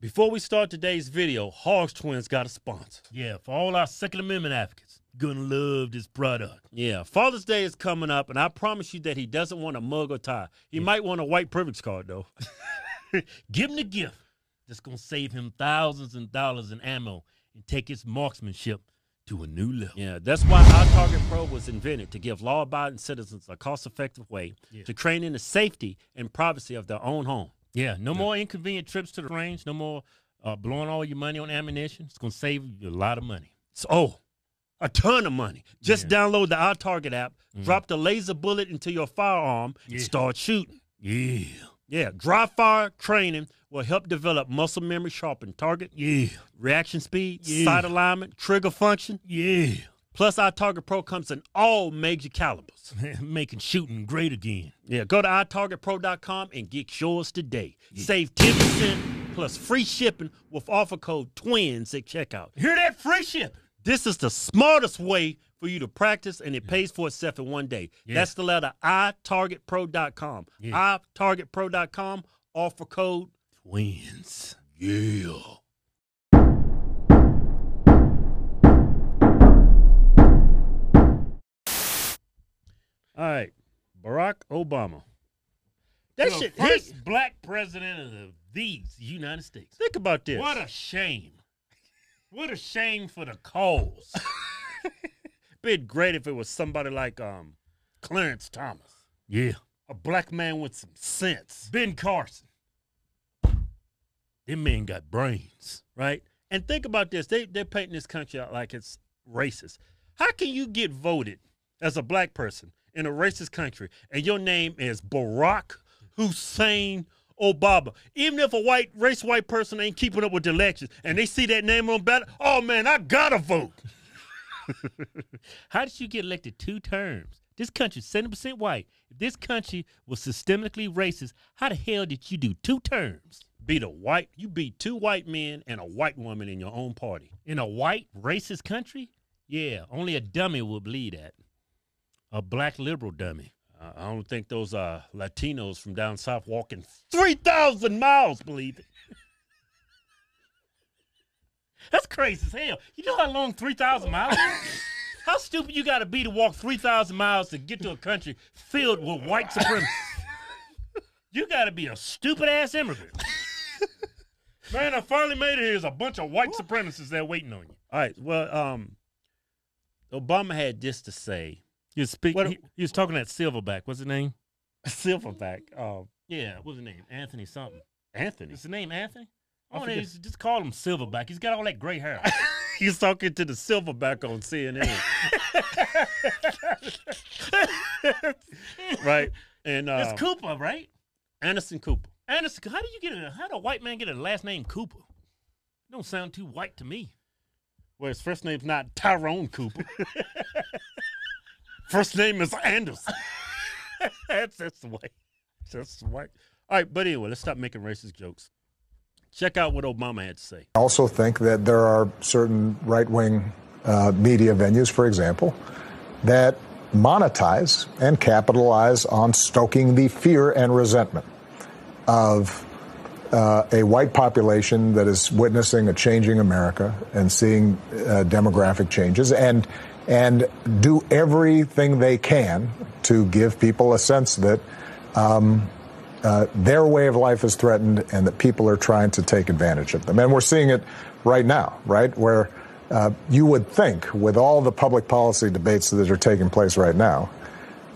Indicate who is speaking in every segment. Speaker 1: Before we start today's video, Hogs Twins got a sponsor.
Speaker 2: Yeah, for all our Second Amendment advocates, you're gonna love this product.
Speaker 1: Yeah, Father's Day is coming up, and I promise you that he doesn't want a mug or tie. He might want a white privilege card, though.
Speaker 2: Give him the gift that's gonna save him thousands and dollars in ammo and take his marksmanship to a new level.
Speaker 1: Yeah, that's why our Target Pro was invented to give law abiding citizens a cost effective way
Speaker 2: Yeah.
Speaker 1: to train in the safety and privacy of their own home.
Speaker 2: Yeah, no more inconvenient trips to the range, no more uh, blowing all your money on ammunition. It's gonna save you a lot of money.
Speaker 1: So, oh, a ton of money. Just
Speaker 2: Yeah. Mm.
Speaker 1: download the Our Target app, drop the laser bullet into your firearm,
Speaker 2: Yeah.
Speaker 1: and start shooting.
Speaker 2: Yeah,
Speaker 1: Yeah, dry fire training will help develop muscle memory, sharpen target,
Speaker 2: yeah,
Speaker 1: reaction speed,
Speaker 2: Yeah.
Speaker 1: sight alignment, trigger function.
Speaker 2: yeah.
Speaker 1: Plus, our Target Pro comes in all major calibers.
Speaker 2: Making shooting great again.
Speaker 1: Yeah, go to itargetpro.com and get yours today. Save 10% plus free shipping with offer code TWINS at checkout.
Speaker 2: Hear that free ship?
Speaker 1: This is the smartest way for you to practice, and it pays for itself in one day.
Speaker 2: Yeah.
Speaker 1: That's the letter itargetpro.com.
Speaker 2: Yeah.
Speaker 1: itargetpro.com, offer code
Speaker 2: Twins.
Speaker 1: Yeah. All right, Barack Obama. That
Speaker 2: The
Speaker 1: shit.
Speaker 2: first
Speaker 1: he-
Speaker 2: black president of the- these United States.
Speaker 1: think about this.
Speaker 2: What a shame. What a shame for the cause.
Speaker 1: been great if it was somebody like um Clarence Thomas,
Speaker 2: yeah.
Speaker 1: a black man with some sense,
Speaker 2: Ben Carson. Them men got brains.
Speaker 1: right? And think about this. They they're painting this country out like it's racist. How can you get voted as a black person in a racist country and your name is Barack Hussein Obama? Even if a white race white person ain't keeping up with the elections and they see that name on ballot, oh man, I gotta vote.
Speaker 2: How did you get elected two terms? This country's 70% white. If this country was systemically racist, how the hell did you do two terms
Speaker 1: Beat a white you beat two white men and a white woman in your own party.
Speaker 2: in a white racist country? Yeah, only a dummy would believe that. A black liberal dummy.
Speaker 1: Uh, I don't think those uh, Latinos from down south walking 3,000 miles believe it.
Speaker 2: That's crazy as hell. You know how long 3,000 miles is? How stupid you gotta be to walk 3,000 miles to get to a country filled with white supremacists? You gotta be a stupid ass immigrant. Man, I finally made it here. There's a bunch of white supremacists there waiting on you.
Speaker 1: All right, well, um, Obama had this to say.
Speaker 2: He was, speak,
Speaker 1: What-
Speaker 2: he, he was talking at Silverback. What's his name?
Speaker 1: Silverback, uh,
Speaker 2: um, Yeah, what's his name? Anthony something.
Speaker 1: Anthony.
Speaker 2: Is the name Anthony?
Speaker 1: I
Speaker 2: I want to
Speaker 1: forget.
Speaker 2: just call him Silverback. He's got all that gray hair.
Speaker 1: He's talking to the Silverback on CNN. right? And uh,
Speaker 2: it's Cooper, right?
Speaker 1: Anderson Cooper.
Speaker 2: Anderson, how do you get a how do a white man get a last name Cooper? Don't sound too white to me.
Speaker 1: Well, his first name's not Tyrone Cooper. first name is Anderson. that's that's the way. That's the way. All right, but anyway, let's stop making racist jokes. Check out what Obama had to say.
Speaker 3: I also think that there are certain right wing uh, media venues, for example, that monetize and capitalize on stoking the fear and resentment of uh, a white population that is witnessing a changing America and seeing uh, demographic changes and and do everything they can to give people a sense that uh, their way of life is threatened and that people are trying to take advantage of them. And we're seeing it right now, right? Where uh, you would think, with all the public policy debates that are taking place right now,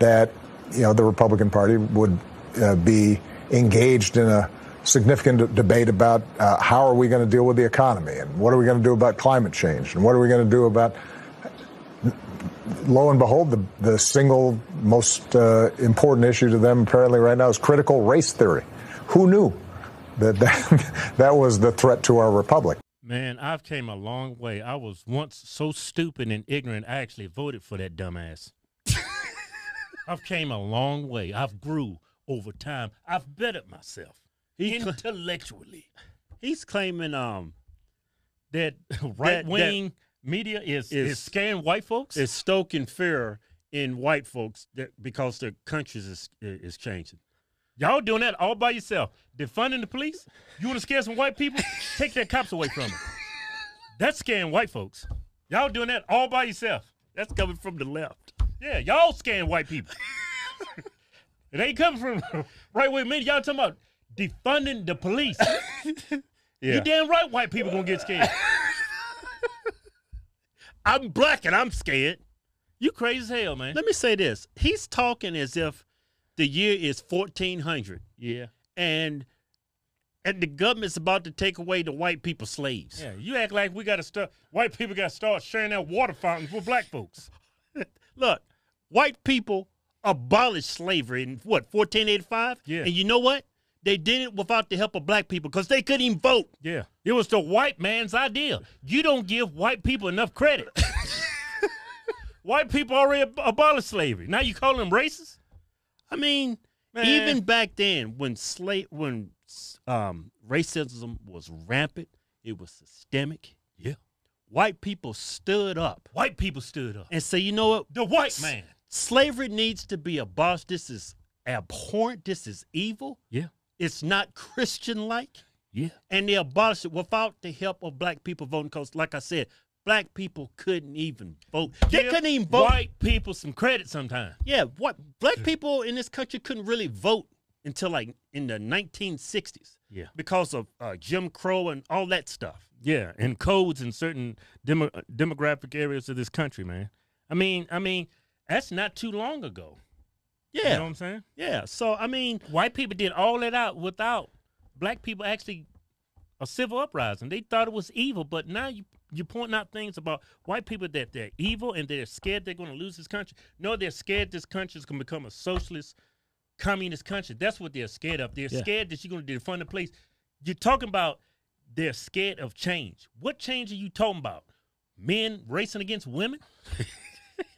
Speaker 3: that you know the Republican Party would uh, be engaged in a significant d- debate about uh, how are we going to deal with the economy and what are we going to do about climate change and what are we going to do about lo and behold, the, the single most uh, important issue to them apparently right now is critical race theory. Who knew that that, that was the threat to our republic?
Speaker 2: Man, I've came a long way. I was once so stupid and ignorant I actually voted for that dumbass. I've came a long way. I've grew over time. I've bettered myself
Speaker 1: He cla-
Speaker 2: intellectually.
Speaker 1: he's claiming um
Speaker 2: That right wing media is, is
Speaker 1: is-
Speaker 2: scaring white folks.
Speaker 1: is stoking fear in white folks that because the country is is changing.
Speaker 2: Y'all doing that all by yourself. Defunding the police? You want to scare some white people? Take their cops away from them. That's scaring white folks. Y'all doing that all by yourself.
Speaker 1: That's coming from the left.
Speaker 2: Yeah, y'all scaring white people. it ain't coming from right wing men. Y'all talking about defunding the police. You
Speaker 1: Yeah.
Speaker 2: damn right white people gonna get scared.
Speaker 1: I'm black and I'm scared.
Speaker 2: You crazy as hell, man.
Speaker 1: Let me say this. He's talking as if the year is 1400
Speaker 2: Yeah.
Speaker 1: and and the government's about to take away the white people slaves.
Speaker 2: Yeah, you act like we gotta start white people gotta start sharing that water fountains with black folks.
Speaker 1: Look, white people abolished slavery in what 1485?
Speaker 2: Yeah.
Speaker 1: And you know what? They did it without the help of black people because they couldn't even vote.
Speaker 2: Yeah. It was the white man's idea. You don't give white people enough credit. white people already ab- abolished slavery. Now you call them racist?
Speaker 1: I mean,
Speaker 2: Man.
Speaker 1: even back then, when slave when um, racism was rampant, it was systemic.
Speaker 2: Yeah.
Speaker 1: White people stood up
Speaker 2: White people stood up.
Speaker 1: and said, "You know what?
Speaker 2: The white man.
Speaker 1: Slavery needs to be abolished. This is abhorrent. This is evil.
Speaker 2: Yeah.
Speaker 1: It's not Christian-like."
Speaker 2: Yeah.
Speaker 1: and they abolished it without the help of black people voting. Because, like I said, black people couldn't even vote. They
Speaker 2: Give
Speaker 1: couldn't even vote.
Speaker 2: White people some credit sometimes.
Speaker 1: Yeah, what black people in this country couldn't really vote until like in the 1960s.
Speaker 2: Yeah.
Speaker 1: because of uh, Jim Crow and all that stuff.
Speaker 2: Yeah, and codes in certain demo- uh, demographic areas of this country, man. I mean, I mean, that's not too long ago.
Speaker 1: Yeah,
Speaker 2: You know what I'm saying?
Speaker 1: yeah. So I mean,
Speaker 2: White people did all that out without black people actually a civil uprising. They thought it was evil, but now you you're pointing out things about white people that they're evil and they're scared they're going to lose this country. No, they're scared this country is going to become a socialist, communist country. That's what they're scared of. They're
Speaker 1: Yeah.
Speaker 2: scared that you're going to defund the place. You're talking about they're scared of change. What change are you talking about? Men racing against women?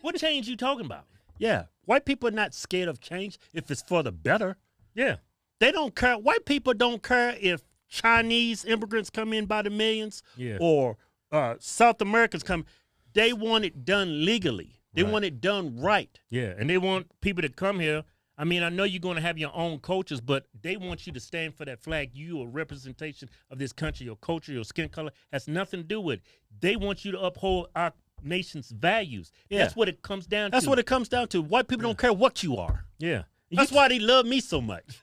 Speaker 2: what change you talking about?
Speaker 1: yeah, white people are not scared of change if it's for the better.
Speaker 2: Yeah.
Speaker 1: They don't care. White people don't care if Chinese immigrants come in by the millions
Speaker 2: Yeah.
Speaker 1: or uh, South Americans come. They want it done legally. They
Speaker 2: Right.
Speaker 1: want it done right.
Speaker 2: Yeah, and they want people to come here. I mean, I know you're going to have your own cultures, but they want you to stand for that flag. You a representation of this country. Your culture, your skin color has nothing to do with. It. They want you to uphold our nation's values.
Speaker 1: Yeah.
Speaker 2: That's what it comes down
Speaker 1: That's
Speaker 2: to.
Speaker 1: what it comes down to. White people don't care what you are.
Speaker 2: Yeah. You-
Speaker 1: That's why they love me so much.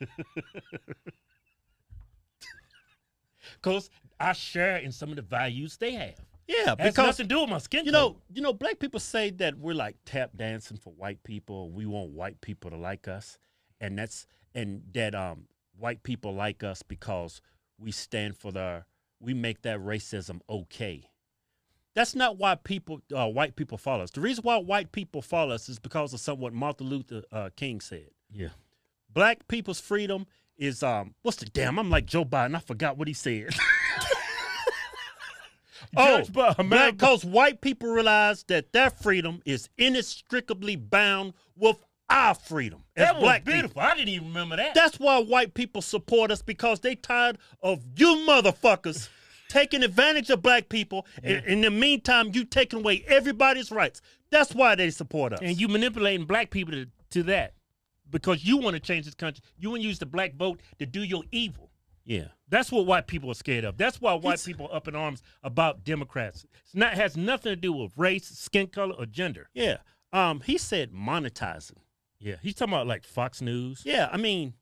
Speaker 2: Cause I share in some of the values they have.
Speaker 1: Yeah,
Speaker 2: Has
Speaker 1: because
Speaker 2: nothing to do with my skin
Speaker 1: you
Speaker 2: color.
Speaker 1: know, you know, black people say that we're like tap dancing for white people. We want white people to like us, and that's and that um white people like us because we stand for the we make that racism okay. That's not why people uh, white people follow us. The reason why white people follow us is because of something what Martin Luther uh, King said.
Speaker 2: Yeah.
Speaker 1: Black people's freedom is um what's the damn? I'm like Joe Biden. I forgot what he said.
Speaker 2: Oh,
Speaker 1: Oh,
Speaker 2: Judge by America.
Speaker 1: because white people realize that their freedom is inextricably bound with our freedom as
Speaker 2: that was
Speaker 1: black
Speaker 2: beautiful.
Speaker 1: people.
Speaker 2: I didn't even remember that.
Speaker 1: That's why white people support us because they tired of you motherfuckers taking advantage of black people. And in the meantime, you taking away everybody's rights. That's why they support us.
Speaker 2: and you manipulating black people to, to that because you want to change this country. You want to use the black vote to do your evil.
Speaker 1: yeah.
Speaker 2: That's what white people are scared of. That's why white
Speaker 1: It's-
Speaker 2: people are up in arms about Democrats. It's not has nothing to do with race, skin color, or gender.
Speaker 1: Yeah. Um, he said monetizing.
Speaker 2: Yeah, he's talking about like Fox News,
Speaker 1: Yeah, I mean,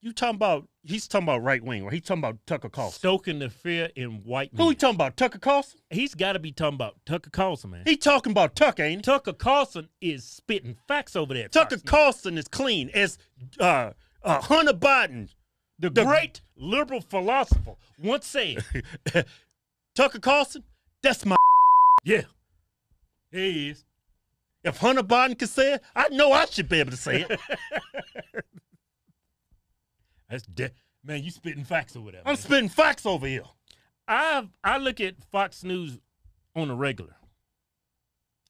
Speaker 1: you talking about he's talking about right wing, right? He's talking about Tucker Carlson.
Speaker 2: stoking the fear in white
Speaker 1: Who
Speaker 2: men.
Speaker 1: he talking about? Tucker Carlson?
Speaker 2: he's got to be talking about Tucker Carlson, man.
Speaker 1: He talking about Tucker, ain't he?
Speaker 2: Tucker Carlson is spitting facts over there. at
Speaker 1: Tucker
Speaker 2: Fox News.
Speaker 1: Carlson is clean as uh, uh, Hunter Biden.
Speaker 2: the,
Speaker 1: the-
Speaker 2: great liberal philosopher, once said,
Speaker 1: Tucker Carlson, that's my.
Speaker 2: "Yeah, he is."
Speaker 1: If Hunter Biden can say it, I know I should be able to say it.
Speaker 2: That's de- man. You spitting facts over there.
Speaker 1: I'm spitting facts over here.
Speaker 2: I I look at Fox News on a regular.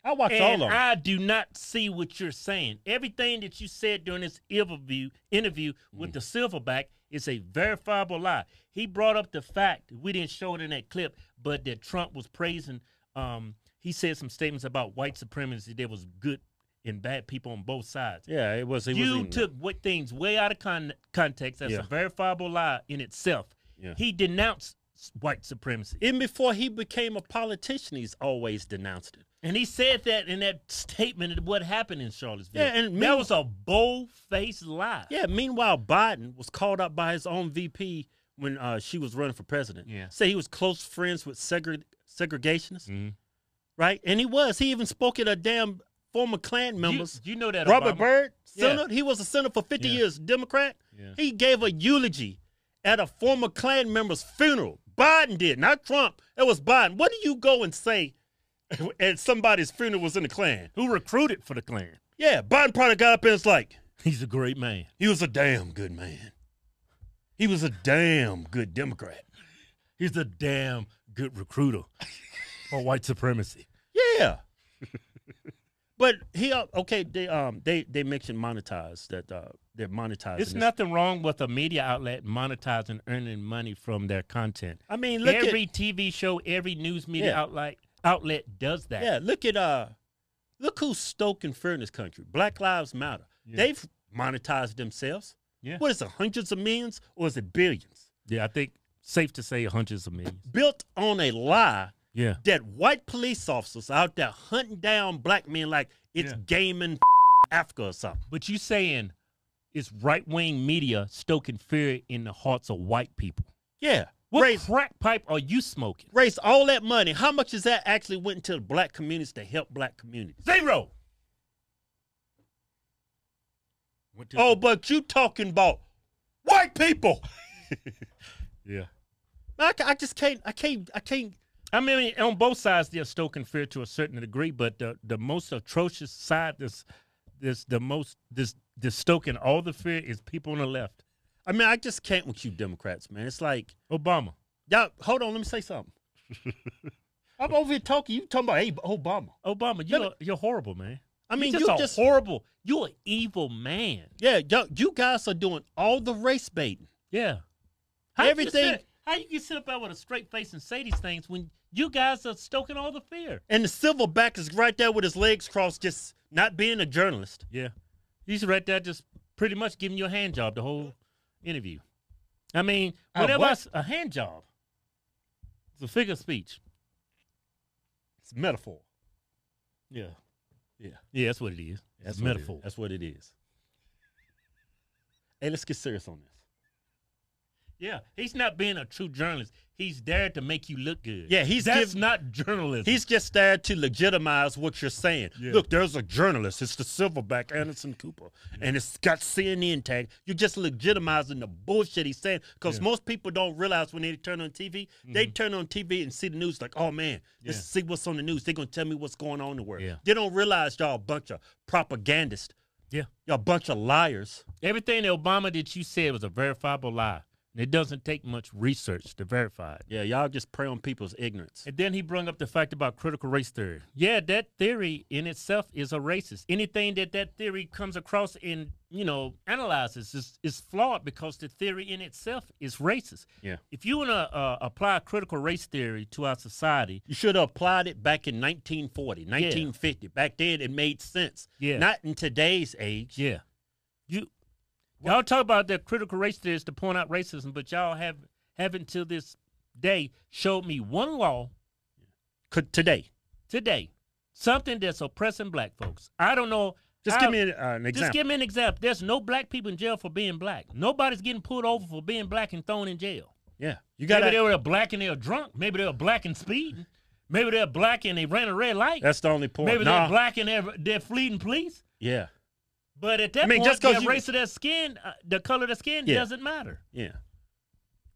Speaker 1: I watch
Speaker 2: and
Speaker 1: all of them.
Speaker 2: I do not see what you're saying. Everything that you said during this interview interview with the Silverback is a verifiable lie. He brought up the fact we didn't show it in that clip, but that Trump was praising. Um, he said some statements about white supremacy that was good and bad people on both sides.
Speaker 1: Yeah, it was. He was
Speaker 2: you
Speaker 1: eating it.
Speaker 2: took what things way out of con- context. That's
Speaker 1: Yeah.
Speaker 2: a verifiable lie in itself.
Speaker 1: Yeah.
Speaker 2: He denounced s- white supremacy,
Speaker 1: even before he became a politician. He's always denounced it.
Speaker 2: and he said that in that statement of what happened in Charlottesville.
Speaker 1: Yeah, and
Speaker 2: that
Speaker 1: mean-
Speaker 2: was a bold-faced lie.
Speaker 1: Yeah. Meanwhile, Biden was called out by his own VP when uh, she was running for president.
Speaker 2: Yeah. Mm-hmm.
Speaker 1: Say he was close friends with segre- segregationists, right? And he was. He even spoke at a damn former Klan
Speaker 2: You,
Speaker 1: members.
Speaker 2: you know that
Speaker 1: Robert
Speaker 2: Obama-
Speaker 1: Byrd,
Speaker 2: Yeah.
Speaker 1: senator. He was a senator for 50
Speaker 2: Yeah.
Speaker 1: years, Democrat.
Speaker 2: Yeah.
Speaker 1: He gave a eulogy at a former Klan member's funeral. Biden did, not Trump. It was Biden. What do you go and say at somebody's funeral was in the Klan?
Speaker 2: who recruited for the Klan.
Speaker 1: Yeah, Biden probably got up and was like,
Speaker 2: He's a great man.
Speaker 1: he was a damn good man. He was a damn good Democrat.
Speaker 2: He's a damn good recruiter for white supremacy.
Speaker 1: Yeah. but he uh, okay, they um they they mentioned monetize that uh they're monetizing.
Speaker 2: It's
Speaker 1: this.
Speaker 2: nothing wrong with a media outlet monetizing, earning money from their content.
Speaker 1: I mean, look at
Speaker 2: every TV show, every news media
Speaker 1: Yeah.
Speaker 2: outlet outlet does that.
Speaker 1: Yeah, look at uh, look who's stoking fear in this country. Black Lives Matter. They've monetized themselves.
Speaker 2: Yeah.
Speaker 1: What is it, hundreds of millions or is it billions?
Speaker 2: Yeah, I think safe to say hundreds of millions.
Speaker 1: Built on a lie
Speaker 2: Yeah,
Speaker 1: that white police officers out there hunting down black men like it's
Speaker 2: Yeah.
Speaker 1: gaming Africa or something.
Speaker 2: but you saying it's right wing media stoking fear in the hearts of white people?
Speaker 1: Yeah.
Speaker 2: What
Speaker 1: raise
Speaker 2: crack pipe are you smoking?
Speaker 1: raise all that money. How much is that actually went into the black communities to help black communities?
Speaker 2: Zero.
Speaker 1: Oh, but you talking about white people.
Speaker 2: yeah.
Speaker 1: I, ca- I just can't I can't I can't
Speaker 2: I mean, on both sides, they're stoking fear to a certain degree, but the, the most atrocious side that's this the most this this stoking all the fear is people on the left.
Speaker 1: I mean I just can't with you Democrats, man. It's like
Speaker 2: Obama.
Speaker 1: Y'all, hold on. Let me say something. I'm over here talking. You talking about hey, Obama?
Speaker 2: Obama,
Speaker 1: Let
Speaker 2: you're you're horrible, man.
Speaker 1: I mean,
Speaker 2: you're
Speaker 1: you
Speaker 2: just, a
Speaker 1: just
Speaker 2: horrible. You're an evil man.
Speaker 1: yeah. Y'all, you guys are doing all the race baiting.
Speaker 2: Yeah.
Speaker 1: Everything-
Speaker 2: You sit, how you can sit up there with a straight face and say these things when you guys are stoking all the fear?
Speaker 1: And the silverback is right there with his legs crossed, just not being a journalist.
Speaker 2: Yeah. He's right there, just pretty much giving you a hand job the whole interview. I mean,
Speaker 1: A
Speaker 2: whatever.
Speaker 1: what?
Speaker 2: I s- A, hand job. It's a figure of speech.
Speaker 1: It's a metaphor.
Speaker 2: Yeah.
Speaker 1: Yeah.
Speaker 2: Yeah, that's what it is. That's
Speaker 1: what it is.
Speaker 2: metaphor.
Speaker 1: That's what it is. Hey, let's get serious on this.
Speaker 2: Yeah, he's not being a true journalist. He's there to make you look good.
Speaker 1: Yeah, he's
Speaker 2: that's
Speaker 1: giv-
Speaker 2: not journalism.
Speaker 1: He's just there to legitimize what you're saying.
Speaker 2: Yeah.
Speaker 1: Look, there's a journalist. It's the silverback Anderson Cooper, and it's got CNN tag. You're just legitimizing the bullshit he's saying because most people don't realize when they turn on TV, they turn on TV and see the news like, oh man, let's
Speaker 2: Mm-hmm.
Speaker 1: see
Speaker 2: Yeah.
Speaker 1: what's on the news. They're gonna tell me what's going on in the world.
Speaker 2: Yeah.
Speaker 1: They don't realize y'all a bunch of propagandists.
Speaker 2: Yeah.
Speaker 1: y'all a bunch of liars.
Speaker 2: Everything that Obama that you said was a verifiable lie. And it doesn't take much research to verify it.
Speaker 1: Yeah, y'all just prey on people's ignorance.
Speaker 2: And then he brung up the fact about critical race theory. Yeah, that theory in itself is a racist. Anything that that theory comes across and you know analyzes is, is flawed because the theory in itself is racist.
Speaker 1: Yeah.
Speaker 2: If you want to uh, apply critical race theory to our society,
Speaker 1: You should have applied it back in 1940, 1950. Back then, it made sense.
Speaker 2: Yeah.
Speaker 1: Not in today's age.
Speaker 2: yeah, you y'all talk about that critical race theory is to point out racism, but y'all have haven't till this day showed me one law
Speaker 1: Could today.
Speaker 2: today something that's oppressing black folks. I don't know.
Speaker 1: Just
Speaker 2: how-
Speaker 1: give me an, uh, an
Speaker 2: Just
Speaker 1: example.
Speaker 2: give me an example. There's no black people in jail for being black. Nobody's getting pulled over for being black and thrown in jail.
Speaker 1: yeah, you got
Speaker 2: Maybe they
Speaker 1: to
Speaker 2: were black and they were drunk. Maybe they were black and speeding. Maybe they're black and they ran a red light.
Speaker 1: That's the only point.
Speaker 2: Maybe
Speaker 1: Nah,
Speaker 2: they're black and they're, they're fleeing police.
Speaker 1: Yeah,
Speaker 2: But at
Speaker 1: I
Speaker 2: that
Speaker 1: mean,
Speaker 2: point,
Speaker 1: just 'cause
Speaker 2: the
Speaker 1: you-
Speaker 2: race of their skin, uh, the color of their skin
Speaker 1: Yeah.
Speaker 2: doesn't matter.
Speaker 1: yeah.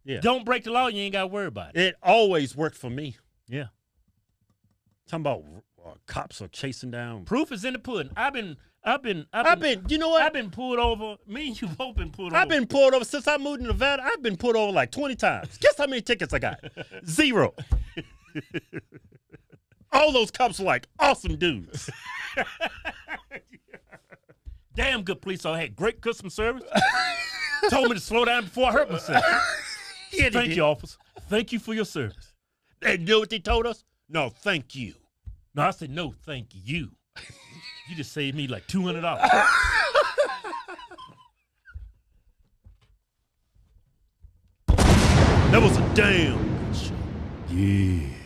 Speaker 1: Yeah.
Speaker 2: Don't break the law. You ain't got to worry about it.
Speaker 1: It always worked for me.
Speaker 2: Yeah.
Speaker 1: Talking about uh, cops are chasing down.
Speaker 2: Proof is in the pudding. I've been, I've been, I've been,
Speaker 1: I've been, you know what?
Speaker 2: I've been pulled over. Me and you both been pulled over.
Speaker 1: I've been pulled over since I moved to Nevada. I've been pulled over like 20 times. Guess how many tickets I got? Zero. All those cops are like awesome dudes.
Speaker 2: damn good police officer. Had great customer service. Told me to slow down before I hurt myself.
Speaker 1: Yeah, they
Speaker 2: Thank
Speaker 1: did.
Speaker 2: you, officer. Thank you for your service.
Speaker 1: And you know what they told us? No, thank you.
Speaker 2: No, I said no. Thank you. You just saved me like two hundred dollars.
Speaker 1: That was a damn good show.
Speaker 4: Yeah.